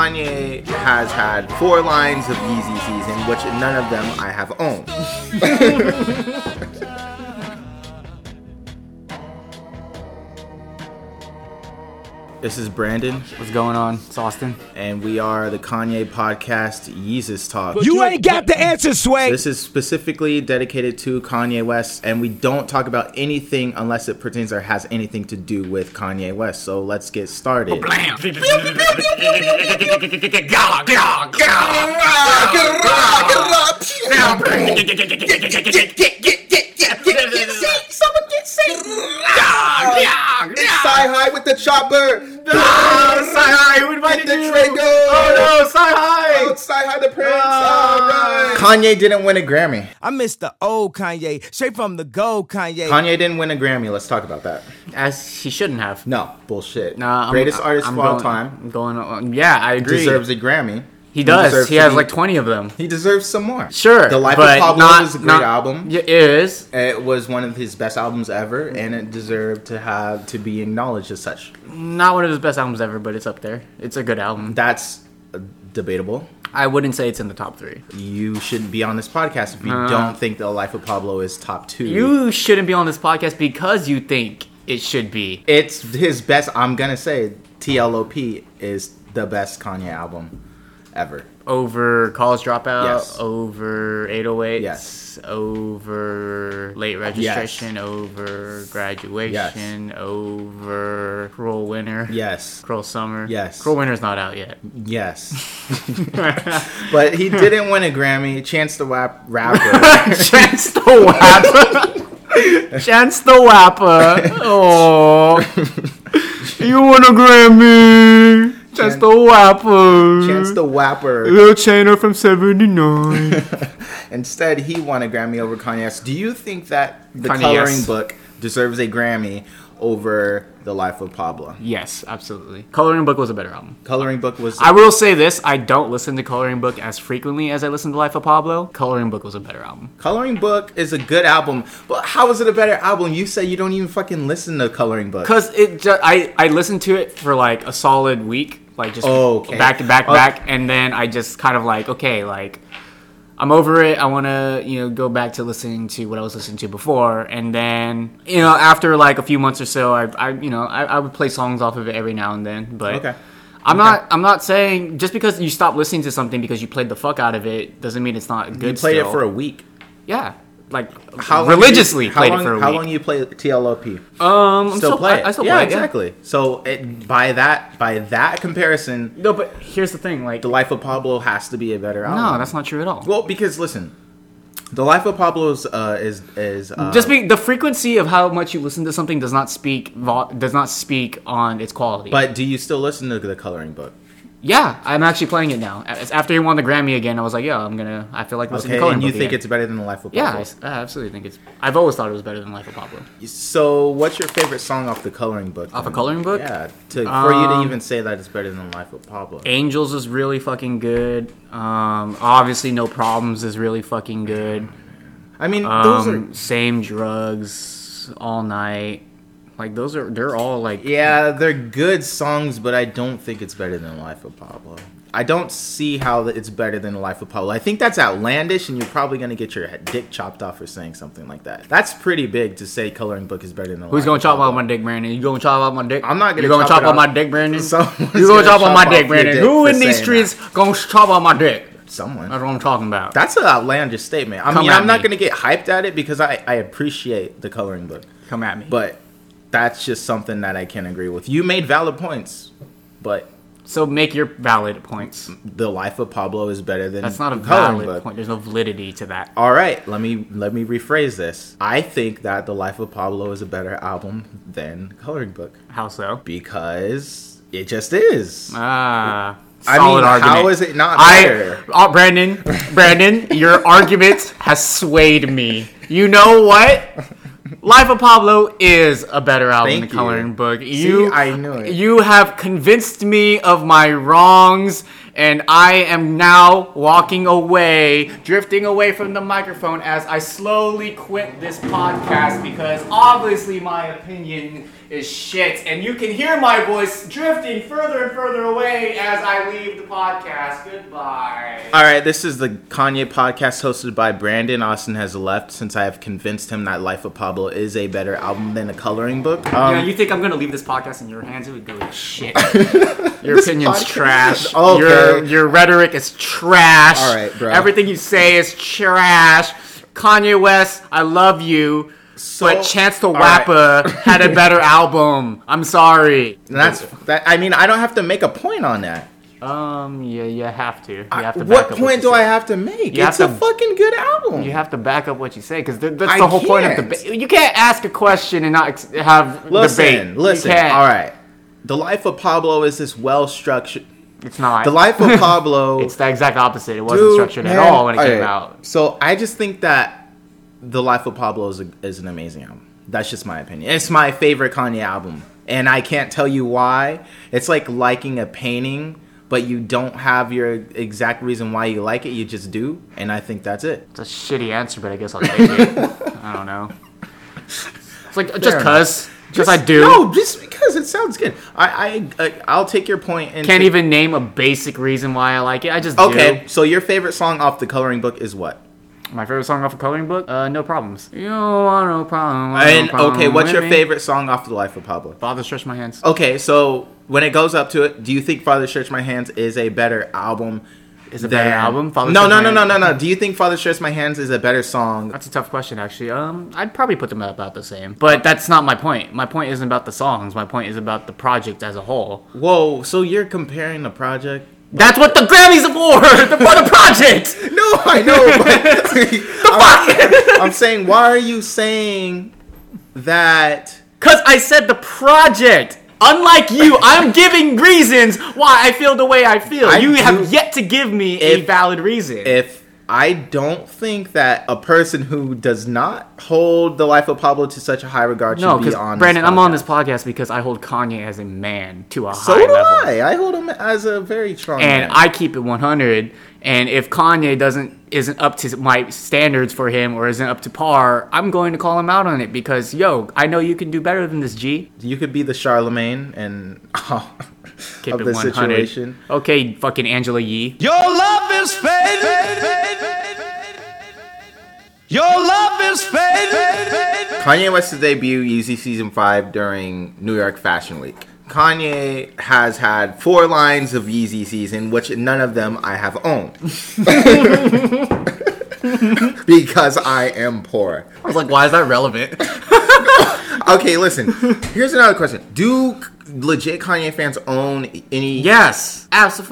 Kanye has had four lines of Yeezy season, which none of them I have owned. this is Brandon, What's going on? It's Austin. and we are the Kanye podcast Yeezus Talk. You ain't got the answer, Sway. This is specifically dedicated to Kanye West, and we don't talk about anything unless it pertains or has anything to do with Kanye West. So let's get started. Sci high with the chopper. Ah, Sci-hi, we invited Get the you. Draco. Oh no, sci-hi. Sci high the prince. Ah. All right. Kanye didn't win a Grammy. Ah. I miss the old Kanye, straight from the gold Kanye. Kanye didn't win a Grammy. Let's talk about that. As he shouldn't have. No, bullshit. Nah, I'm- Greatest artist I'm of all going- time I'm going on. Yeah, I agree. deserves a Grammy. he does. deserves He, to has be- like 20 of them. He deserves some more. Sure. The Life but of Pablo not, was a great not- album. Yeah, it is. It was one of his best albums ever, and it deserved to have to be acknowledged as such. Not one of his best albums ever, but it's up there. It's a good album. That's uh, debatable. I wouldn't say it's in the top three. You shouldn't be on this podcast if you don't think the Life of Pablo is top two. Uh-huh. You shouldn't be on this podcast because you think it should be. it's his best. I'm gonna say TLOP is the best Kanye album ever. Over College Dropout, Yes. over 808, Yes. over Late Registration, over Graduation, over Cruel Winter. Yes, Cruel Summer. Yes. Cruel Winter's not out yet. yes. But he didn't win a Grammy. Chance the Rap rapper. Chance the Wapper. Chance the Wapper. Oh. you won a Grammy. Chance the Wapper. Chance the Wapper. Lil Chainer from 79. Instead, he won a Grammy over Kanye. West. Do you think that the Kanye, coloring yes. book deserves a Grammy over the Life of Pablo? yes, absolutely. Coloring Book was a better album. Coloring book was. I will say this I don't listen to Coloring Book as frequently as I listen to Life of Pablo. Coloring Book was a better album. Coloring Book is a good album, but how is it a better album? You say you don't even fucking listen to Coloring Book. Because it ju- I, I listened to it for like a solid week, like just Oh, okay. back to back, Oh. back, and then I just kind of like, okay, like. I'm over it. I want to, you know, go back to listening to what I was listening to before, and then, you know, after like a few months or so, I, I you know, I, I would play songs off of it every now and then. But Okay. I'm not, I'm not saying just because you stop listening to something because you played the fuck out of it doesn't mean it's not good. You played still. it for a week. Yeah, like How religiously how played long, it for a How week. long you play TLOP? um, I'm still, play I, it. I still yeah, play it, yeah. exactly. So it, by that by that comparison, No, but here's the thing, like The Life of Pablo has to be a better album. no, that's not true at all. well because listen, The Life of Pablo is uh, is is uh, just be, the frequency of how much you listen to something does not speak vo- does not speak on its quality. But do you still listen to the Coloring Book? yeah, I'm actually playing it now. As- After he won the Grammy again, I was like, yeah, I'm gonna. I feel like listening Okay, to Coloring and you Book think again. it's better than The Life of yeah, I, Pablo? s- I absolutely think it's. I've always thought it was better than Life of Pablo. So what's your favorite song off the Coloring Book? Off then? of Coloring Book? Yeah, to, for you to Um, even say that it's better than The Life of Pablo. Angels is really fucking good. Um, obviously, No Problems is really fucking good. I mean, those Um, are same drugs all night. Like those are they're all like Yeah, they're good songs, but I don't think it's better than Life of Pablo. I don't see how that it's better than Life of Pablo. I think that's outlandish, and you're probably gonna get your he- dick chopped off for saying something like that. That's pretty big to say Coloring Book is better than. Who's Life gonna of chop Pablo. off my dick, Brandon? You gonna chop off my dick? I'm not gonna You gonna chop chop it off my off. dick, Brandon? Someone's you gonna gonna chop off my chop off dick, your Brandon? dick Who for in these saying streets gonna chop off my dick? That's Someone. what I'm talking about. That's an outlandish statement. I Come mean, at I'm not me. gonna get hyped at it because I I appreciate the Coloring Book, Come at me. but But that's just something that I can't agree with. You made valid points, but so make your valid points. the Life of Pablo is better than That's not a The Coloring valid point. There's no validity to that. All right, let me let me rephrase this. I think that The Life of Pablo is a better album than Coloring Book How so? because it just is. Ah. I solid mean, how argument. is it not I, better? uh, Brandon, Brandon, your argument has swayed me. You know what? Life of Pablo is a better album Thank than you. Coloring Book. See, You, I knew it. You have convinced me of my wrongs, and I am now walking away, drifting away from the microphone as I slowly quit this podcast because obviously my opinion is shit. And you can hear my voice drifting further and further away as I leave the podcast. Goodbye. All right, this is the Kanye podcast hosted by Brandon. Austin has left since I have convinced him that Life of Pablo is a better album than a coloring book. Um, you know, you think I'm gonna leave this podcast in your hands? It would go to shit. your opinion's podcast- trash. Okay. Your your rhetoric is trash. All right, bro. Everything you say is trash. Kanye West, I love you. but Chance the all right. Rapper had a better album. I'm sorry. that's that. I mean, I don't have to make a point on that. Um, yeah, you have to. You have to. back What up point you do I say. have to make? You have it's to- a fucking good album. You have to back up what you say because that's I the whole point of can't. debate. You can't ask a question and not ex- have debate. listen, You listen. can't. All right, the Life of Pablo is this well structured. It's not The Life of Pablo. It's the exact opposite. It wasn't Dude, structured at man, all when it came alright, out. So I just think that The Life of Pablo is, a, is an amazing album. That's just my opinion. It's my favorite Kanye album. And I can't tell you why. It's like liking a painting, but you don't have your exact reason why you like it. You just do. And I think that's it. It's a shitty answer, but I guess I'll take it. I don't know. It's like just enough. cuz, just I do. No, just because it sounds good. I, I, I I'll take your point. And Can't even name a basic reason why I like it. I just Okay, so your favorite song off the coloring book is what? do. My favorite song off a coloring book, uh, No Problems. You don't want no problem. want no And problem okay, what's with your me. Oh. favorite song off the Life of Pablo? Father Stretch My Hands. Okay, so when it goes up to it, do you think Father Stretch My Hands is a better album? Is it a better album? Father no, Stretch no, My no, no, Hands? no, no. Do you think Father Stretch My Hands is a better song? That's a tough question, actually. Um, I'd probably put them at about the same, but that's not my point. My point isn't about the songs. My point is about the project as a whole. Whoa, so you're comparing the project? That's what the Grammys are for. They're for the project. No, I know. But I'm, I'm saying, why are you saying that? Because I said the project. Unlike you, I'm giving reasons why I feel the way I feel. I you do- have yet to give me a If- valid reason. If I don't think that a person who does not hold the life of Pablo to such a high regard no, should be because on. Brandon, this I'm on podcast. this podcast because I hold Kanye as a man to a So high do level. I. I hold him as a very strong. man. and I keep it 100. And if Kanye doesn't isn't up to my standards for him or isn't up to par, I'm going to call him out on it because yo, I know you can do better than this G. You could be the Charlemagne and Keep of it the 100. situation. Okay, fucking Angela Yee. Your love is fading. Your love is fading. Kanye West's debut Yeezy season five during New York Fashion Week. Kanye has had four lines of Yeezy season, which none of them I have owned. because I am poor. I was like, why is that relevant? Okay, listen. Here's another question. Do legit Kanye fans own any yes,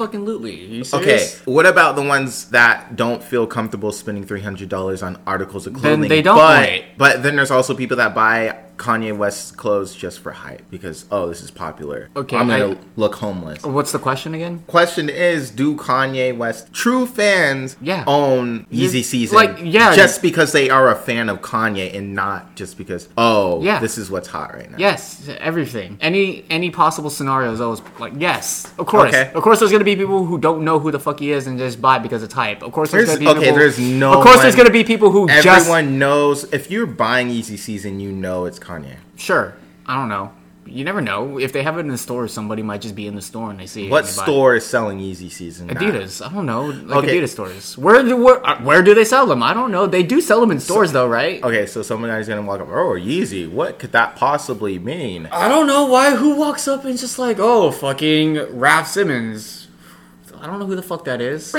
absolutely. Okay, what about the ones that don't feel comfortable spending three hundred dollars on articles of clothing? they don't But, buy it. but then there's also people that buy Kanye West's clothes just for hype because oh, this is popular. Okay, I'm gonna I- look homeless. What's the question again? Question is, do Kanye West true fans Yeah. own Yeezy season? like, yeah. just because they are a fan of Kanye and not just because oh, Yeah. this is what's hot right now. Yes, everything. Any any possible scenario is always like yes, of course. Okay. Of course, there's gonna be people who don't know who the fuck he is and just buy it because it's hype. Of course, there's, There's- gonna be okay, people, there's no Of course, there's one- gonna be people who Everyone just knows if you're buying Yeezy season, you know it's Kanye. sure. I don't know. You never know if they have it in the store. Somebody might just be in the store and they see it. What and they buy it. store is selling Yeezy season? now? Adidas. I don't know. Like Okay. Adidas stores. Where do where, uh, where do they sell them? I don't know. They do sell them in stores though, right? Okay, so someone is gonna walk up. Oh, Yeezy. What could that possibly mean? I don't know why. Who walks up and just like, oh, fucking Ralph Simmons. I don't know who the fuck that is.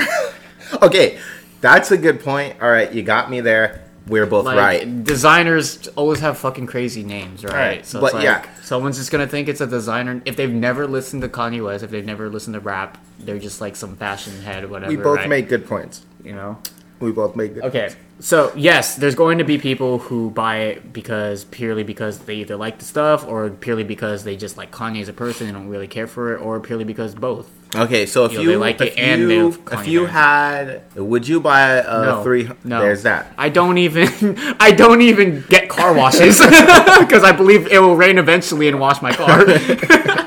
Okay, that's a good point. All right, you got me there. We're both Like, right. Designers always have fucking crazy names, right? Right, So but it's like, yeah. someone's just gonna think it's a designer if they've never listened to Kanye West, if they've never listened to rap, they're just like some fashion head, or whatever. We both right? make good points. you know. We both make good. Okay, so yes, there's going to be people who buy it because purely because they either like the stuff, or purely because they just like Kanye as a person and don't really care for it, or purely because both. Okay, so if Yo, you they like if it and you- they have if Kanye you there. had, would you buy a three? There's that. I don't even. I don't even get car washes because I believe it will rain eventually and wash my car.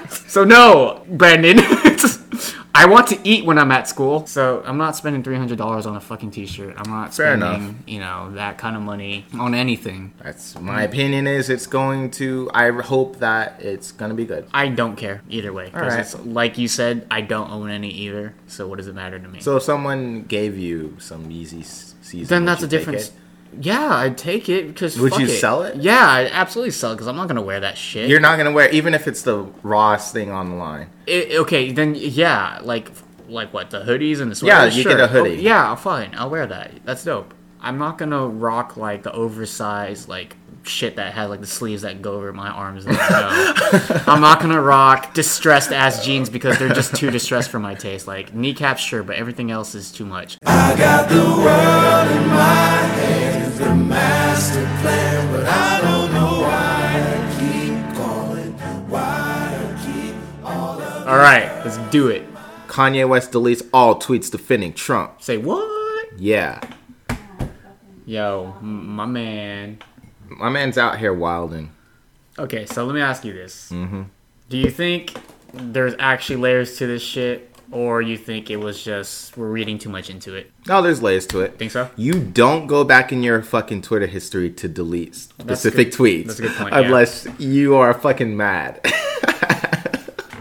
so no, Brandon. I I want to eat when I'm at school, so I'm not spending three hundred dollars on a fucking T-shirt. I'm not Fair spending, enough. you know, that kind of money on anything. That's my Mm-hmm. opinion. Is it's going to? I hope that it's gonna be good. I don't care either way. 'cause All right. it's- like you said, I don't own any either. So what does it matter to me? So if someone gave you some Yeezy s- season, then would that's you a take difference. it? Yeah, I'd take it because Would fuck you it. sell it? Yeah, I'd absolutely sell it because I'm not gonna wear that shit. You're not gonna wear it, even if it's the rawest thing on the line. I- okay, then yeah, like like what the hoodies and the Yeah, sweaters. you get a hoodie. Oh, yeah, fine, I'll wear that. That's dope. I'm not gonna rock like the oversized like shit that has like the sleeves that go over my arms. Like, no. I'm not gonna rock distressed ass jeans because they're just too distressed for my taste. Like kneecaps, sure, but everything else is too much. All right, let's do it. Kanye West deletes all tweets defending Trump. Say what? Yeah, Yo, m- my man. my man's out here wilding. Okay, so let me ask you this. Mm-hmm. Do you think there's actually layers to this shit, or you think it was just we're reading too much into it? No, Oh, there's layers to it. Think so? You don't go back in your fucking Twitter history to delete That's specific good- tweets. that's a good point, yeah. Unless you are fucking mad.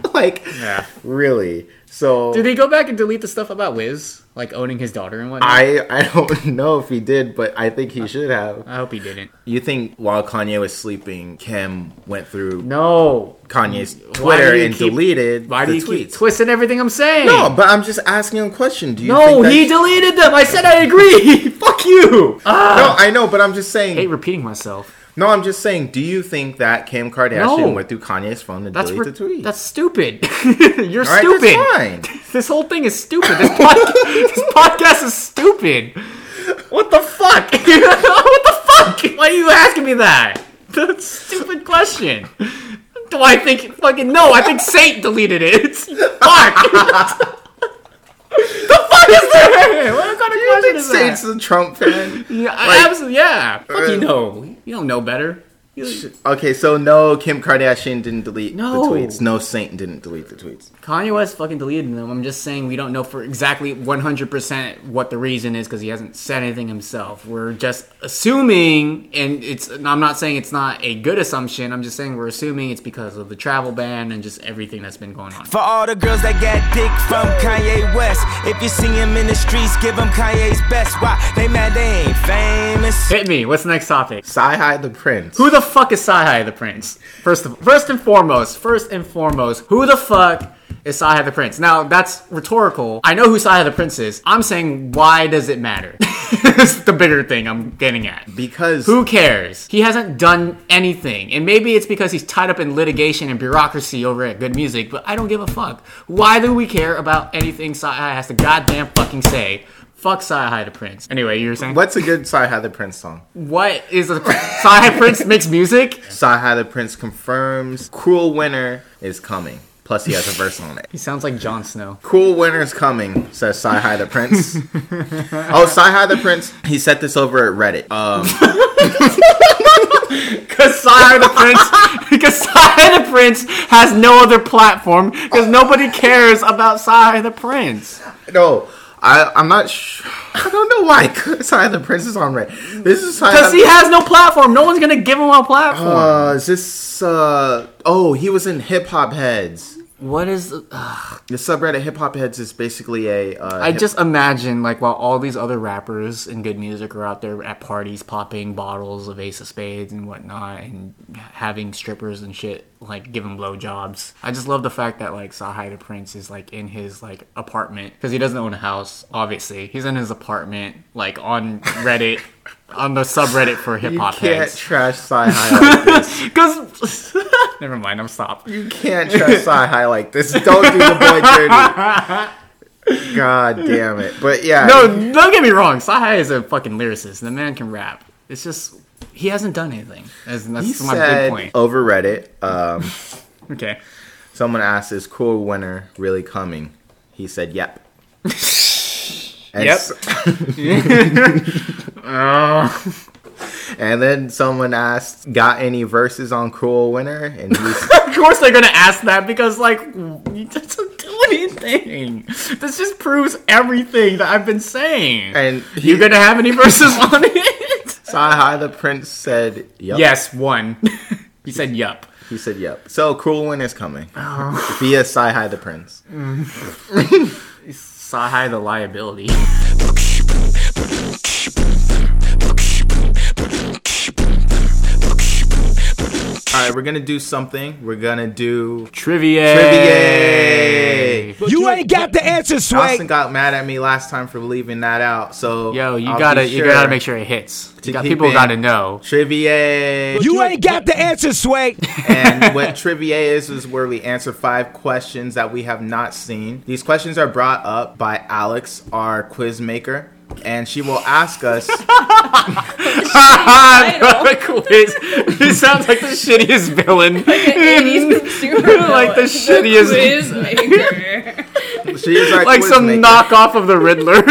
like, Yeah. really? So Did they go back and delete the stuff about Wiz, like owning his daughter and whatnot? I I don't know if he did, but I think he should have. I hope he didn't. You think while Kanye was sleeping, Kim went through No. Kanye's Why do Twitter you and keep- deleted Why do the you keep tweets? twisting everything I'm saying? no, but I'm just asking a question. Do you? No, think that he deleted them. I said I agree. Fuck you. No, I know, but I'm just saying. I hate repeating myself. No, I'm just saying. Do you think that Kim Kardashian No. went through Kanye's phone to That's delete re- the tweet? that's stupid. You're All right, stupid. That's fine. This whole thing is stupid. This, pod- this podcast is stupid. What the fuck? what the fuck? Why are you asking me that? That's a stupid question. Do I think fucking no? I think Saint deleted it. It's, fuck. the fuck is that? What kind of I question think is Saint's that? a Trump fan. Yeah, I- like- absolutely. Yeah. Fuck Uh, you. know. You don't know better. You- Okay, so no, Kim Kardashian didn't delete No. the tweets. No, Saint didn't delete the tweets. Kanye West fucking deleted them. I'm just saying we don't know for exactly 100% what the reason is because he hasn't said anything himself. We're just assuming, and it's. I'm not saying it's not a good assumption. I'm just saying we're assuming it's because of the travel ban and just everything that's been going on. For all the girls that got dick from Kanye West. If you see him in the streets, give him Kanye's best. Why? They mad they ain't famous. Hit me. What's the next topic? Sci High the Prince. Who the fuck is Sahai the Prince? First of first and foremost, first and foremost, who the fuck is Sahai the Prince? Now that's rhetorical. I know who Sahai the Prince is. I'm saying why does it matter? It's the bigger thing I'm getting at. because Who cares? He hasn't done anything. And maybe it's because he's tied up in litigation and bureaucracy over at Good Music, but I don't give a fuck. Why do we care about anything Sahai has to goddamn fucking say? Fuck Sahai the Prince. Anyway, you were saying What's a good Sci High the Prince song? what is a Sahai Prince makes music? Sci High the Prince confirms Cruel Winter is coming. Plus, he has a verse on it. He sounds like Jon Snow. Cool winter's coming, says Sci High the Prince. oh, Sci High the Prince, he said this over at Reddit. Um, Because Sire the Prince, because Sire the Prince has no other platform, because nobody cares about Sire the Prince. no, I, I'm not sure. I don't know why Sci High the Prince is on Reddit. This is Sci Because High he has no platform. No one's gonna give him a platform. uh, is this, uh, oh, he was in Hip Hop Heads. what is? The subreddit Hip Hop Heads is basically a. Uh, I hip- just imagine like while all these other rappers and good music are out there at parties popping bottles of Ace of Spades and whatnot and having strippers and shit like giving blowjobs. I just love the fact that like Sahai the Prince is like in his like apartment because he doesn't own a house. Obviously, he's in his apartment like on Reddit. On the subreddit for hip You hop can't heads, trash Sci High. like- because never mind, I'm stop. you can't trash Sci High like this. Don't do the boy dirty. God damn it. But yeah. No, don't get me wrong. Sahai is a fucking lyricist. The man can rap. It's just he hasn't done anything. That's, that's He my said oh. big point. over Reddit, um, Okay. someone asked, "Is cool winter really coming?" He said, "Yep." and Yep. s- and then someone asked, "Got any verses on Cruel Winter?" And he of course they're gonna ask that because like what anything. This just proves everything that I've been saying. And you he- gonna have any verses on it? Sigh High the Prince said, Yup. Yes, one. he said, "Yup." He said, Yup. So Cruel One is coming via Sigh High the Prince. Sahai the liability. All right, we're going to do something. We're going to do Trivia. trivia. You ain't got the answer, Austin Swag. got mad at me last time for leaving that out. So Yo, you I'll be gotta sure you gotta make sure it hits. You to got, keep people it- gotta know. Trivia. You ain't got the answer, Swag. and what trivia is is where we answer five questions that we have not seen. These questions are brought up by Alex, our quiz maker, and she will ask us. quiz. He sounds like the shittiest villain. Eighties consumer, Like the villain. shittiest- quiz maker. She is our like quiz some maker. knockoff of the Riddler.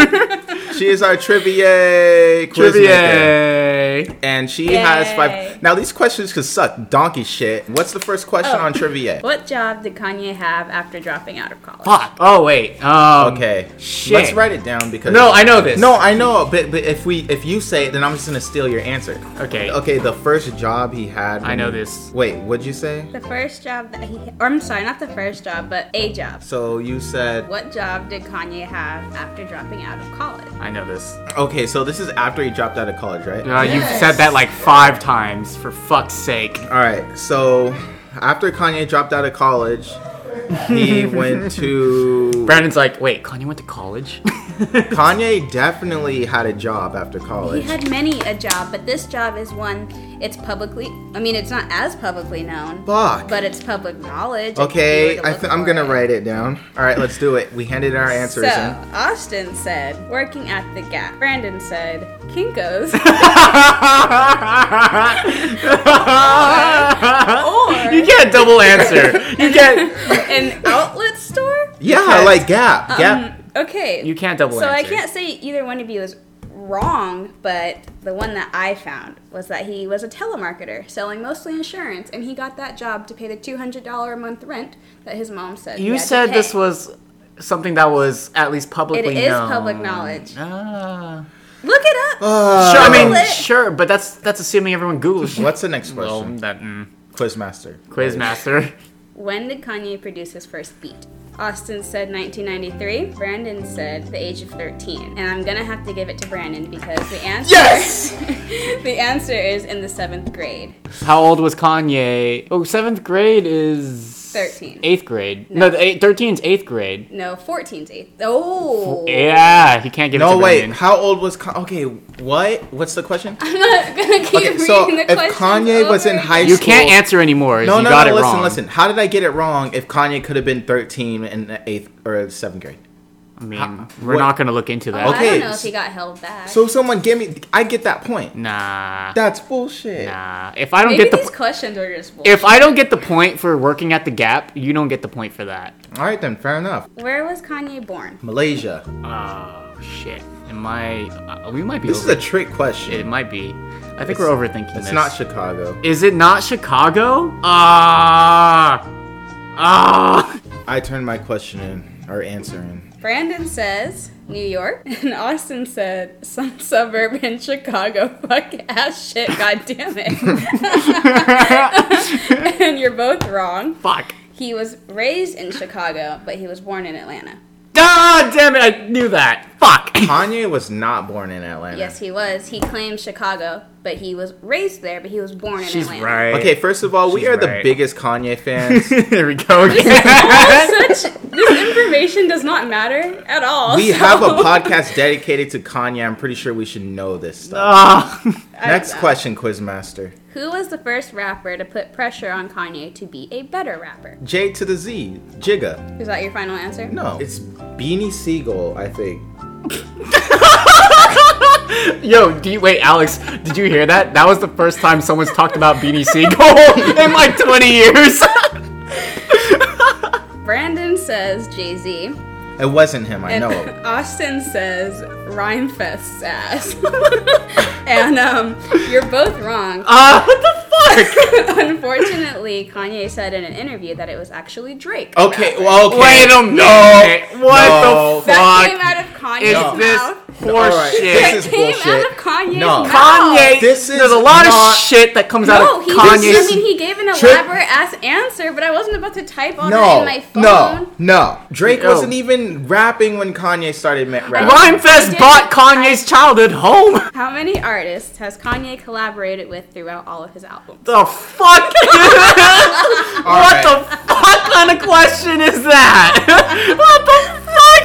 She is our trivia quiz maker, trivia. and she Yay. has five. Now these questions could suck donkey shit. What's the first question Oh. on trivia? what job did Kanye have after dropping out of college? Fuck. Oh wait. Um, Okay, Shit. let's write it down because No, I know this. No, I know, but but if we if you say it, then I'm just gonna steal your answer. Okay. Okay, the first job he had. I when know he- this. Wait, what'd you say? The first job that he, or I'm sorry, not the first job, but a job. So you said What job did Kanye have after dropping out of college? I know this. Uh, okay. So this is after he dropped out of college, right? You've said that like five times. For fuck's sake. All right. So after Kanye dropped out of college, he went to Brandon's like, wait, Kanye went to college. Kanye. Definitely had a job after He college. had many a job, but this job is one. It's publicly. I mean, it's not as publicly known, Fuck. but it's public knowledge. if you Okay, were to I look th- I'm for gonna it. write it down. All right, let's do it. We handed our answers So in. Austin said, working at the Gap. Brandon said, Kinkos. or you get a double answer. You get. an outlet store. Mm, Yeah, Okay. like Gap. Gap. Okay. You can't double So I answer. can't say either one of you is wrong, but the one that I found was that he was a telemarketer selling mostly insurance, and he got that job to pay the two hundred dollar a month rent that his mom said. he You had to said this pay. was something that was at least It publicly is known. public knowledge. Ah. Look it up. Sure, I mean, Google it. sure, but that's that's assuming everyone um, Googles. What's the next Well, question? that mm, Quizmaster. quizmaster. When did Kanye produce his first beat? Austin said 1993. Brandon said the age of 13. And I'm gonna have to give it to Brandon because the answer. Yes! the answer is in the seventh grade. How old was Kanye? Oh, seventh grade is 13. Eighth grade. No, the eight, 13's eighth grade. No, 14's eighth. Oh. Yeah, he can't give it No, to wait. Brandon. How old was Con- okay? What? What's the question? I'm not gonna keep Okay, reading so the if questions Kanye was over in high again. You school- can't answer anymore. No, you no, got no. it Listen, wrong. listen. How did I get it wrong? If Kanye could have been 13 in the eighth or seventh grade. I mean, we're what- not gonna look into that. Okay. I don't know if he got held back. So someone give me. I get that point. Nah, That's bullshit. nah. If I don't Maybe get the these po- questions are just. Bullshit. if I don't get the point for working at the Gap, you don't get the point for that. All right then. Fair enough. Where was Kanye born? Malaysia. Oh shit! Am I? Uh, we might be. This is over- a trick It question. might be. I think we're overthinking It's this. not Chicago. Is it not Chicago? Ah. ah. I turned my question in or answer in. Brandon says New York, and Austin said some suburb in Chicago. Fuck ass shit, god damn it. and you're both wrong. Fuck. He was raised in Chicago, but he was born in Atlanta. Ah, damn it! I knew that. Fuck. Kanye was not born in Atlanta. Yes, he was. He claims Chicago, but he was raised there, but he was born in She's Atlanta. right. Okay, first of all, we She's are the right. biggest Kanye fans. there we go. Such this information does not matter at all. we so- have a podcast dedicated to Kanye. I'm pretty sure we should know this stuff. Ah. I Next don't know. question, Quizmaster. Who was the first rapper to put pressure on Kanye to be a better rapper? J to the Z, Jigga. Is that your final answer? No, it's Beanie Siegel, I think. Yo, do you, wait, Alex, did you hear that? That was the first time someone's talked about Beanie Siegel in like 20 years. Brandon says Jay Z. It wasn't him. I And know it. Austin says Rhymefest's ass. and um, you're both wrong. Uh, Ah, what the fuck? Unfortunately, Kanye said in an interview that it was actually Drake. Okay. Well, okay. Wait a minute. No. What No. the That fuck came out of Kanye's is No. this mouth. All right, horseshit? this That is came out bullshit. of Kanye's No. mouth. Kanye, This there's is a lot not- of shit that comes out No, of he. Kanye's. I mean, he gave an Tri- elaborate ass answer, but I wasn't about to type all that in my No, phone. no, no. Drake Yo. wasn't even rapping when Kanye started ma- rapping. I did- Rhymefest bought Kanye's childhood home. How many artists has Kanye collaborated with throughout all of his albums? The fuck? what All right. the fuck kind of question is that? what the fuck?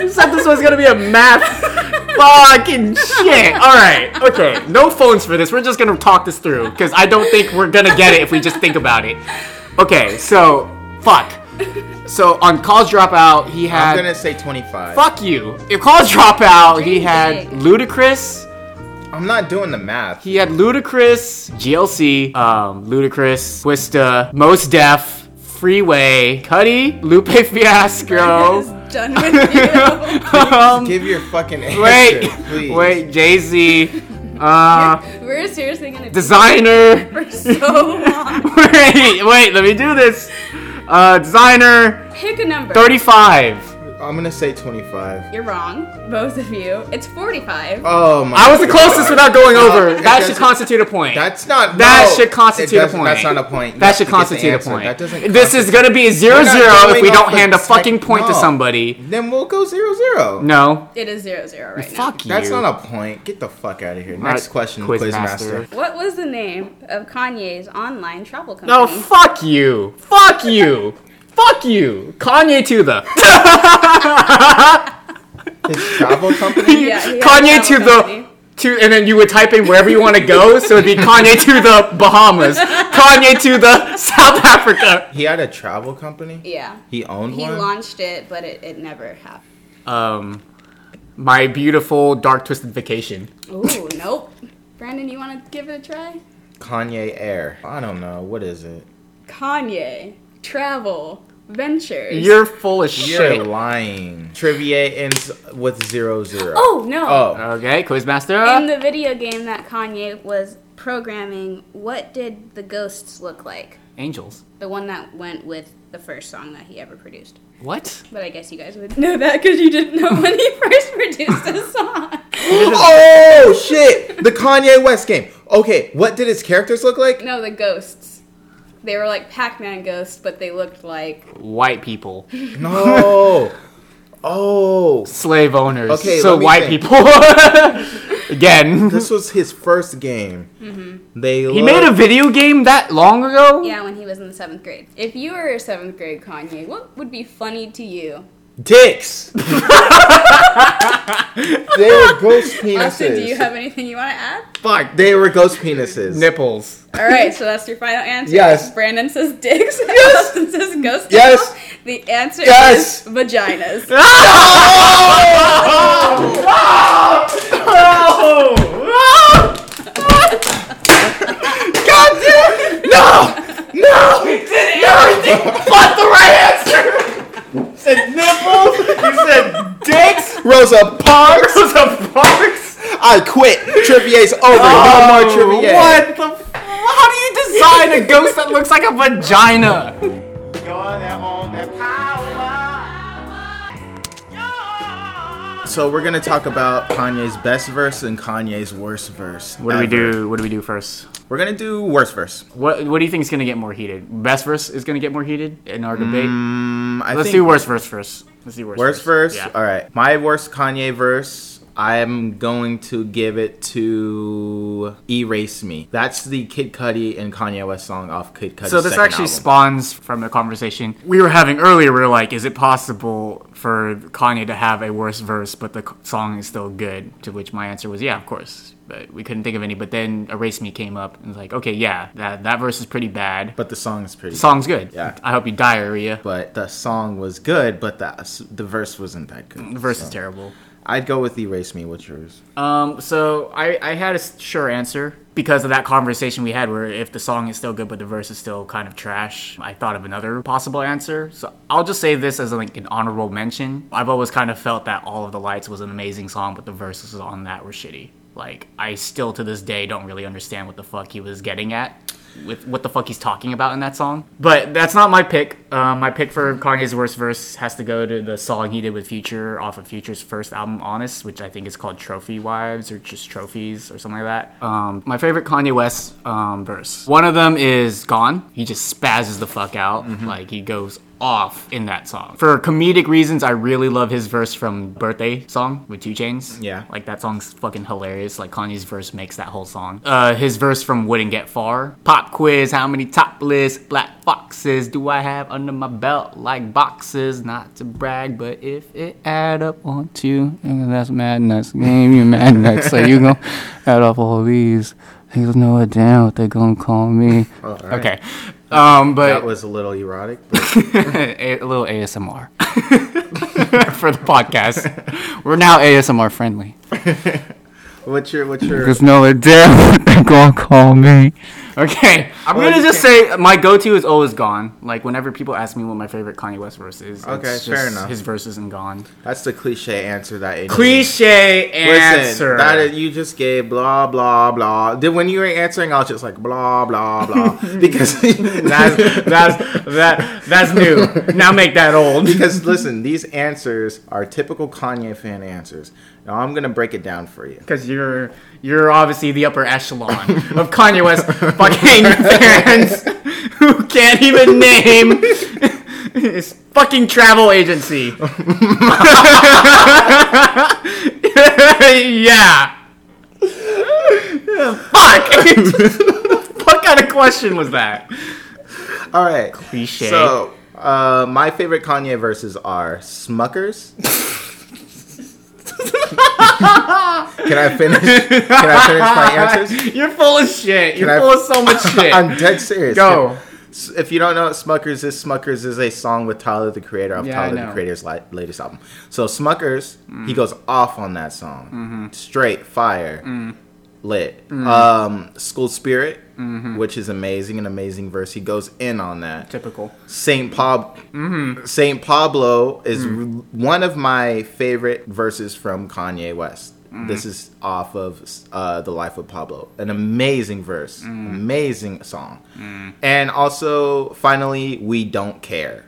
Mother- Said this was gonna be a math fucking shit. All right, okay. No phones for this. We're just gonna talk this through because I don't think we're gonna get it if we just think about it. Okay, so fuck. So on College Dropout, he had I'm gonna say 25. fuck you. If College Dropout, he Dream had big. Ludacris. I'm not doing the math. He had Ludacris, GLC, um, Ludacris, Twista, Most Def, Freeway, Cuddy, Lupe Fiasco. I'm just done with you. um, Give your fucking answer, wait, please. wait, Jay Z, uh, We're seriously gonna do designer. this for so long. Wait, wait, let me do this. Uh, designer, Pick a number. thirty-five. I'm gonna say 25. You're wrong, both of you. It's 45. Oh my. I was the closest God. without going No, over. it That should doesn't- constitute a point. That's not. That no, should constitute it a doesn't- point. That's not a point. You That have should to get the constitute a answer. point. That doesn't. this is gonna be a zero We're not zero if going we off don't the hand a spec- fucking point to No. somebody. Then we'll go zero zero. No. It is 0 0 right now. Fuck you. That's not a point. Get the fuck out of here. Next Alright, question, Quizmaster. Quizmaster. What was the name of Kanye's online travel company? No, fuck you. Fuck you. fuck you. Kanye to the. His travel company. Yeah, he had Kanye a travel to the. company. To, and then you would type in wherever you want to go, so it'd be Kanye to the Bahamas, Kanye to the South Africa. He had a travel company. Yeah. He owned He one. launched it, but it, it never happened. Um, my beautiful dark twisted vacation. Ooh, nope. Brandon, you want to give it a try? Kanye Air. I don't know. What is it? Kanye travel ventures. You're full of You're shit. lying. Trivia ends with zero zero. oh no! Oh. Okay, In Quizmaster. the video game that Kanye was programming, what did the ghosts look like? Angels. The one that went with the first song that he ever produced. What? But I guess you guys would know that because you didn't know when he first produced the song. Oh shit! The Kanye West game. Okay, what did his characters look like? no, the ghosts. They were like Pac-Man ghosts, but they looked like White people, No. Oh. slave owners. Okay, so let me white think. people. Again, This was his first game. Mm-hmm. They He made a video game that long ago? yeah when he was in the seventh grade. If you were a seventh grade Kanye, what would be funny to you? dicks. they were ghost penises. Austin, do you have anything you want to add? Fuck, they were ghost penises. Nipples. All right, so that's your final answer. Yes. Brandon says dicks. Austin says ghost. Yes. nipples. The answer Yes. is vaginas. But the right answer! said nipples, you said dicks, Rosa Parks, was a box. I quit. Trivia's over. no more trivia. Oh, What the f- How do you design a ghost that looks like a vagina? So we're gonna talk about Kanye's best verse and Kanye's worst verse. What do we ever. do? What do we do first? We're gonna do worst verse. Um, What What do you think is gonna get more heated? Best verse is gonna get more heated in our debate. Mm, I Let's think do worst verse first. Let's do worst. Worst verse. Yeah. All right. My worst Kanye verse. I'm going to give it to "Erase Me." That's the Kid Cudi and Kanye West song off Kid Cudi's So this second actually album. spawns from a conversation we were having earlier. We were like, is it possible for Kanye to have a worse verse, but the c- song is still good? To which my answer was, yeah, of course. but we couldn't think of any. But then Erase Me came up and was like, okay, yeah, that that verse is pretty bad. But the song is pretty. The song's good. Yeah. I hope you diarrhea. But the song was good, but the the verse wasn't that good. The verse is So, terrible. I'd go with "Erase Me." What's yours? Um, so I, I had a s- sure answer because of that conversation we had where if the song is still good but the verse is still kind of trash, I thought of another possible answer. So I'll just say this as like an honorable mention. I've always kind of felt that All of the Lights was an amazing song, but the verses on that were shitty. Like I still to this day don't really understand what the fuck he was getting at with what the fuck he's talking about in that song. But that's not my pick. Um, my pick for Kanye's worst verse has to go to the song he did with Future off of Future's first album, Honest, which I think is called Trophy Wives or just Trophies or something like that. Um, my favorite Kanye West um, verse. One of them is Gone. He just spazzes the fuck out. Like he goes off in that song. For comedic reasons, I really love his verse from Birthday song with Two Chains. Yeah. Like that song's fucking hilarious. Like Kanye's verse makes that whole song. Uh his verse from Wouldn't Get Far. Pop quiz, how many topless black foxes do I have under my belt? Like boxes, not to brag, but if it add up on two, that's madness. Game you madness. so you gonna add up all these. Niggas know it down what they gonna call me. Okay. Um but Oh, That was a little erotic. But a, a little ASMR for the podcast. We're now ASMR friendly. what's your what's your? Because no, they're dead. they're gonna call me. Okay, I'm Well, gonna you just say my go-to is always gone. Like whenever people ask me what my favorite Kanye West verse is, Okay, it's fair just enough. His verse isn't gone. That's the cliche answer that it is. Cliche answer. Listen, that is, you just gave blah blah blah. Then when you were answering, I was just like blah blah blah because that's that's that that's new. Now make that old. because listen, these answers are typical Kanye fan answers. Now I'm gonna break it down for you. because you're you're obviously the upper echelon of Kanye West fucking fans who can't even name his fucking travel agency. yeah. Fuck. what kind of question was that? All right. Cliche. So, uh, my favorite Kanye verses are Smuckers. Can I finish? Can I finish my answers? You're full of shit. You're Can I- full of so much shit. I'm dead serious. Go. S- If you don't know what Smuckers is, Smuckers is a song with Tyler the Creator off Yeah, I Tyler know. Mm. the Creator's li- latest album. So Smuckers, he goes off on that song, Mm-hmm. straight fire, Mm. lit. Um, School Spirit, Mm-hmm. which is amazing, an amazing verse. He goes in on that. Typical. Saint Pab- Saint Pablo is Mm. r- one of my favorite verses from Kanye West. Mm. This is off of uh, the Life of Pablo. An amazing verse, Mm. amazing song, and also finally, we don't care.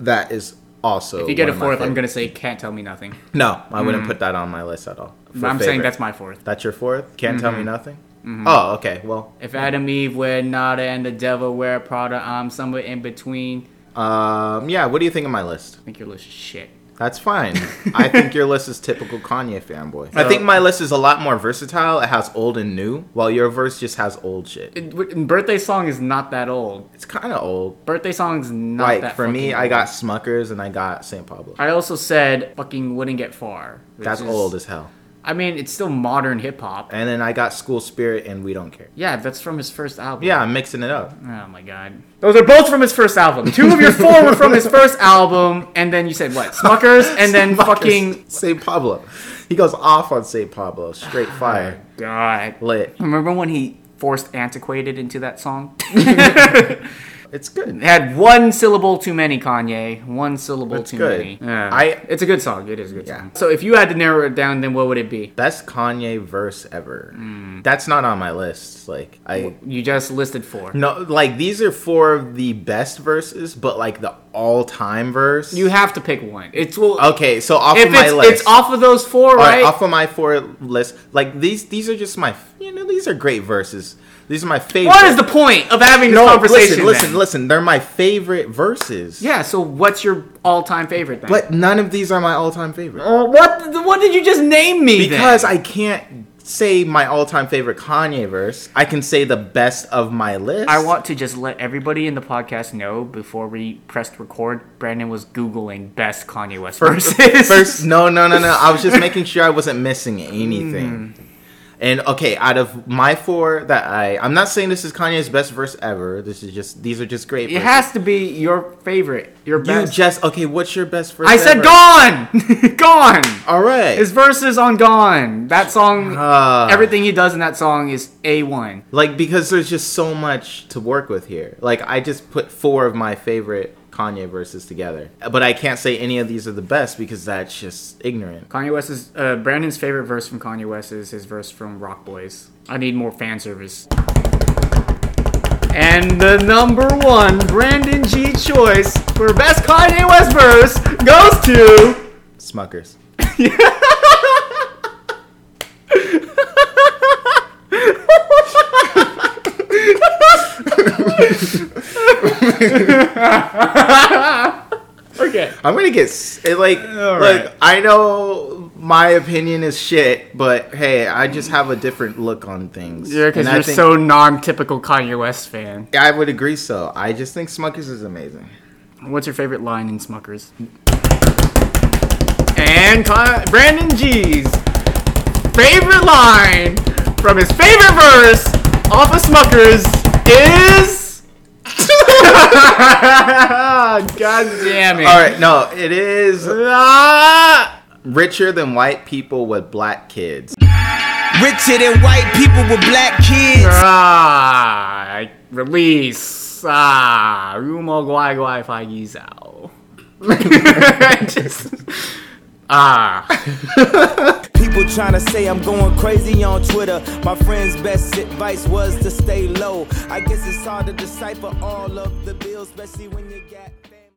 That is also. Mm. If you get a one of my fourth, I'm favorite- gonna say can't tell me nothing. No, I wouldn't put that on my list at all. for I'm saying favorite. that's Mm-hmm. my fourth. that's your fourth. Can't tell me nothing. Oh, okay. Well, If Adam Eve wear Nada and the devil wear Prada, I'm somewhere in between. um, yeah. What do you think of my list? I think your list is shit. That's fine. I think your list is typical Kanye fanboy. I think my list is a lot more versatile. It has old and new, while your verse just has old shit. It- w- Birthday song is not that old. It's kind of old. Birthday song's not Like that. for me, fucking I got old. Smuckers and I got St. Pablo. I also said fucking wouldn't get far. which That's is- old as hell. I mean, it's still modern hip hop. And then I got School Spirit and We Don't Care. Yeah, that's from his first album. Yeah, I'm mixing it up. Oh my god. Those are both from his first album. Two of your four were from his first album, and then you said what? Smuckers, and then fucking St. Pablo. He goes off on St. Pablo, straight fire, God. lit. Remember when he forced antiquated into that song? It's good. had one syllable too many, Kanye. One syllable That's too good. many. Yeah. I- it's a good song. It is a good Yeah. song. So if you had to narrow it down, then what would it be? Best Kanye verse ever. Mm. That's not on my list. Like I You just listed four. No, like these are four of the best verses, but like the all-time verse. You have to pick one. It's well, okay? So off if of my it's, list, it's off of those four, All right, right? off of my four list. Like these, these are just my. You know, these are great verses. These are my favorite. what is the point of having this no, Listen, conversation? listen, then? listen. They're my favorite verses. Yeah. So what's your all-time favorite then? but none of these are my all-time favorite Uh, what? What did you just name me? because then? I can't say my all-time favorite Kanye verse. I can say the best of my list. I want to just let everybody in the podcast know before we pressed record, Brandon was googling best Kanye West verses. Hmm. First, no, no, no, no. I was just making sure I wasn't missing anything. And okay, out of my four that I, I'm not saying this is Kanye's best verse ever. This is just these are just great. It verses. has to be your favorite, your you best. just okay. What's your best verse? I said ever? gone, gone. All right. His verses on Gone. That song, Ah. everything he does in that song is A1. Like because there's just so much to work with here. Like I just put four of my favorite Kanye verses together, but I can't say any of these are the best because that's just ignorant. Kanye West is, uh, Brandon's favorite verse from Kanye West is his verse from Rock Boys. I need more fan service. And the number one Brandon G choice for best Kanye West verse goes to. Smuckers. Okay. I'm gonna get s- it, like right. look. I know my opinion is shit, but hey, I just have a different look on things. Yeah, because And I you're think- so non typical Kanye West fan. I would agree. So I just think Smuckers is amazing. What's your favorite line in Smuckers? And Con- Brandon G's favorite line from his favorite verse off of Smuckers is. God damn it. All right, no, it is Ah! richer than white people with black kids. Richer than white people with black kids. Ah, release. Ah, rumo guai guai fai yi zao. Just- Ah. People tryna say I'm going crazy on Twitter. My friend's best advice was to stay low. I guess it's hard to decipher all of the bills, especially when you got.